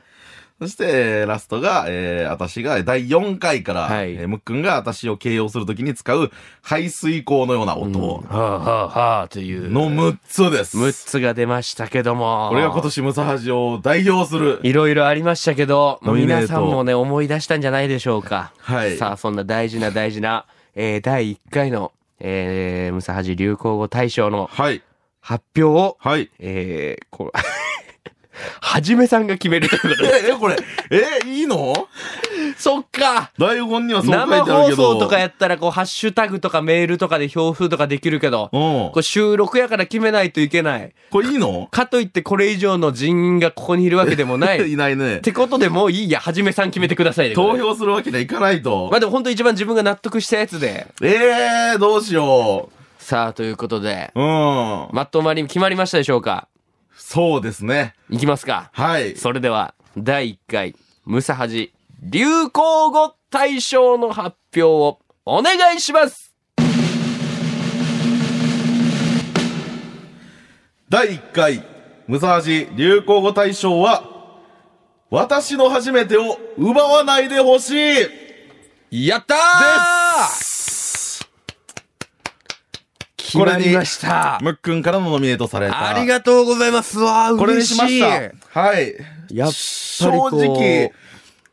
[SPEAKER 3] そして、えーラストが、えー、私が第4回から、
[SPEAKER 2] はい
[SPEAKER 3] えーむっくんが私を形容するときに使う排水口のような音
[SPEAKER 2] はあはあはあという。
[SPEAKER 3] の6つです。
[SPEAKER 2] 6つが出ましたけども。
[SPEAKER 3] これが今年ムサハジを代表する。
[SPEAKER 2] いろいろありましたけど、
[SPEAKER 3] ノミネート
[SPEAKER 2] 皆さんもね、思い出したんじゃないでしょうか。
[SPEAKER 3] はい
[SPEAKER 2] さあ、そんな大事な大事な、えー第1回の、えー、ムサハジ流行語大賞の
[SPEAKER 3] はい。
[SPEAKER 2] 発表を、
[SPEAKER 3] はい。
[SPEAKER 2] えー、こう、 [LAUGHS] はじめさんが決めるということで。
[SPEAKER 3] え、え、これ、え、いいの
[SPEAKER 2] [LAUGHS] そっか
[SPEAKER 3] 台本にはそう書いて
[SPEAKER 2] 生
[SPEAKER 3] ある
[SPEAKER 2] 放
[SPEAKER 3] けど。
[SPEAKER 2] 送とかやったら、こう、ハッシュタグとかメールとかで表風とかできるけど、
[SPEAKER 3] うん
[SPEAKER 2] こ。れ収録やから決めないといけない。
[SPEAKER 3] これいいの
[SPEAKER 2] かといってこれ以上の人員がここにいるわけでもない。 [LAUGHS] っ
[SPEAKER 3] [LAUGHS] いないね。
[SPEAKER 2] てことでもういいや、はじめさん決めてくださいね。
[SPEAKER 3] 投票するわけにはいかないと
[SPEAKER 2] まあ。でも本当一番自分が納得したやつで。
[SPEAKER 3] えー、どうしよ
[SPEAKER 2] さあ、ということで、
[SPEAKER 3] う。うん。
[SPEAKER 2] まとまり決まりましたでしょうか
[SPEAKER 3] そうですね。
[SPEAKER 2] いきますか。
[SPEAKER 3] はい。
[SPEAKER 2] それでは、第1回、ムサハジ流行語大賞の発表をお願いします
[SPEAKER 3] 第1回、ムサハジ流行語大賞は、私の初めてを奪わないでほしい
[SPEAKER 2] やったー決まりました。
[SPEAKER 3] むっくんからのノミネートされた。
[SPEAKER 2] ありがとうございます。わあ、
[SPEAKER 3] これに
[SPEAKER 2] 嬉し
[SPEAKER 3] し
[SPEAKER 2] い。
[SPEAKER 3] ました。はい。
[SPEAKER 2] やっぱりこ
[SPEAKER 3] 正
[SPEAKER 2] う
[SPEAKER 3] 直、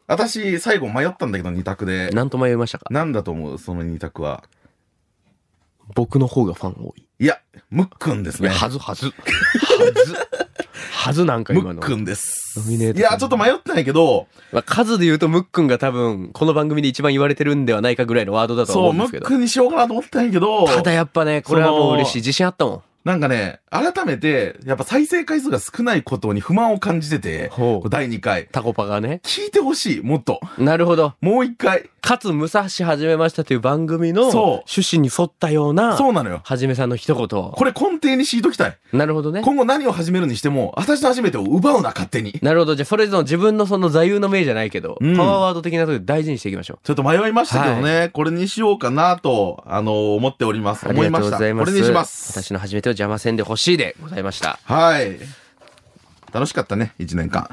[SPEAKER 3] 私、最後迷ったんだけど、2択で。
[SPEAKER 2] なんと迷いましたか
[SPEAKER 3] なんだと思うその2択は。
[SPEAKER 2] 僕の方がファン多い。
[SPEAKER 3] いや、むっくんです
[SPEAKER 2] いや、
[SPEAKER 3] ね。
[SPEAKER 2] はずはず。はず。はずなんか
[SPEAKER 3] ム
[SPEAKER 2] 今
[SPEAKER 3] ッ
[SPEAKER 2] の。
[SPEAKER 3] クンです
[SPEAKER 2] ノミネート
[SPEAKER 3] いやちょっと迷ってないけど
[SPEAKER 2] まあ、数で言うとムックンが多分この番組で一番言われてるんではないかぐらいのワードだとは
[SPEAKER 3] そ
[SPEAKER 2] 思
[SPEAKER 3] う
[SPEAKER 2] うんで
[SPEAKER 3] ム
[SPEAKER 2] すけ
[SPEAKER 3] ッ
[SPEAKER 2] ど
[SPEAKER 3] クンにしようかなと思ってないけど
[SPEAKER 2] ただやっぱねこれはもう嬉しい
[SPEAKER 3] そ
[SPEAKER 2] 自信あったもん
[SPEAKER 3] なんかね改めてやっぱ再生回数が少ないことに不満を感じてて
[SPEAKER 2] ほう
[SPEAKER 3] 第2回
[SPEAKER 2] タコパがね
[SPEAKER 3] 聞いてほしいもっと
[SPEAKER 2] なるほど
[SPEAKER 3] もう1回
[SPEAKER 2] かつ「武蔵始めました」という番組の
[SPEAKER 3] そう
[SPEAKER 2] 趣旨に沿ったような
[SPEAKER 3] そうなのよ
[SPEAKER 2] はじめさんの一言
[SPEAKER 3] これ根底に敷いときたい
[SPEAKER 2] なるほどね
[SPEAKER 3] 今後何を始めるにしても私の初めてを奪うな勝手に
[SPEAKER 2] なるほどじゃあそれぞれの自分のその座右の銘じゃないけど、
[SPEAKER 3] うん
[SPEAKER 2] パワーワード的なところで大事にしていきましょう
[SPEAKER 3] ちょっと迷いましたけどね、これにしようかなと、あの思っております。
[SPEAKER 2] あ
[SPEAKER 3] 思い
[SPEAKER 2] りが
[SPEAKER 3] ま
[SPEAKER 2] とう
[SPEAKER 3] し
[SPEAKER 2] ご
[SPEAKER 3] た。
[SPEAKER 2] ざいます
[SPEAKER 3] これにします。
[SPEAKER 2] 私の初めてを邪魔せんでほしいでございました
[SPEAKER 3] はい。楽しかったね、一年間。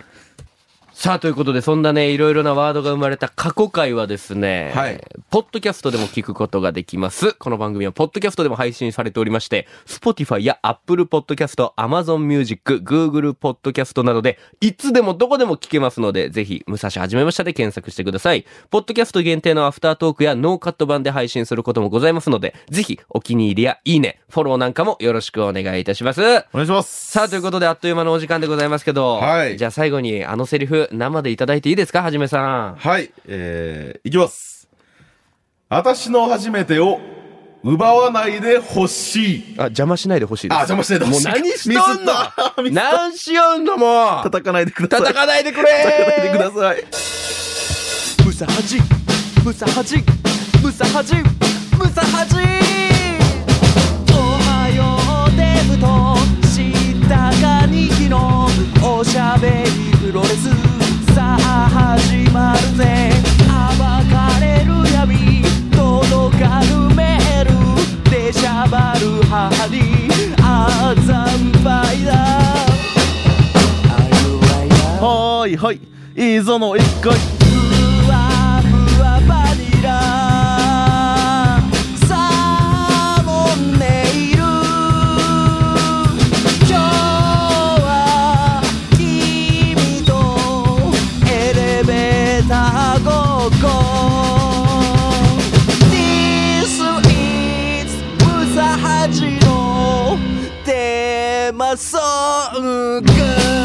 [SPEAKER 2] さあということでそんなねいろいろなワードが生まれた過去回はですね、
[SPEAKER 3] はい
[SPEAKER 2] ポッドキャストでも聞くことができますこの番組はポッドキャストでも配信されておりまして Spotify や Apple Podcast Amazon Music Google Podcast などでいつでもどこでも聞けますのでぜひ「武蔵始めました」で検索してくださいポッドキャスト限定のアフタートークやノーカット版で配信することもございますのでぜひお気に入りやいいねフォローなんかもよろしくお願いいたします
[SPEAKER 3] お願いします。
[SPEAKER 2] さあ、ということで、あっという間のお時間でございますけど、
[SPEAKER 3] はい
[SPEAKER 2] じゃあ最後に、あのセリフ、生でいただいていいですかはじめさん。
[SPEAKER 3] はい、えー、いきます。私の初めてを奪わないでほしい。
[SPEAKER 2] あ、邪魔しないでほしいで
[SPEAKER 3] あ、
[SPEAKER 2] す。
[SPEAKER 3] 邪魔しないでほしい。
[SPEAKER 2] もう何しとんの
[SPEAKER 3] ミスった
[SPEAKER 2] 何しよんのもう
[SPEAKER 3] 叩かないでください。
[SPEAKER 2] 叩かないでく
[SPEAKER 3] 叩かないでく
[SPEAKER 2] れ
[SPEAKER 3] ださい。
[SPEAKER 7] ムサハジムサハジムサハジムサハジおはようデブとしたかにきのおしゃべりプロレスさあ始まるぜ暴かれる闇届かぬメールでしゃばる母にあざんぱいだ
[SPEAKER 3] はーい、はい。いいぞの一回。
[SPEAKER 7] ふわふわバニラサーモンネイル今日は君とエレベーターごっこ This is ムサハジのテーマソング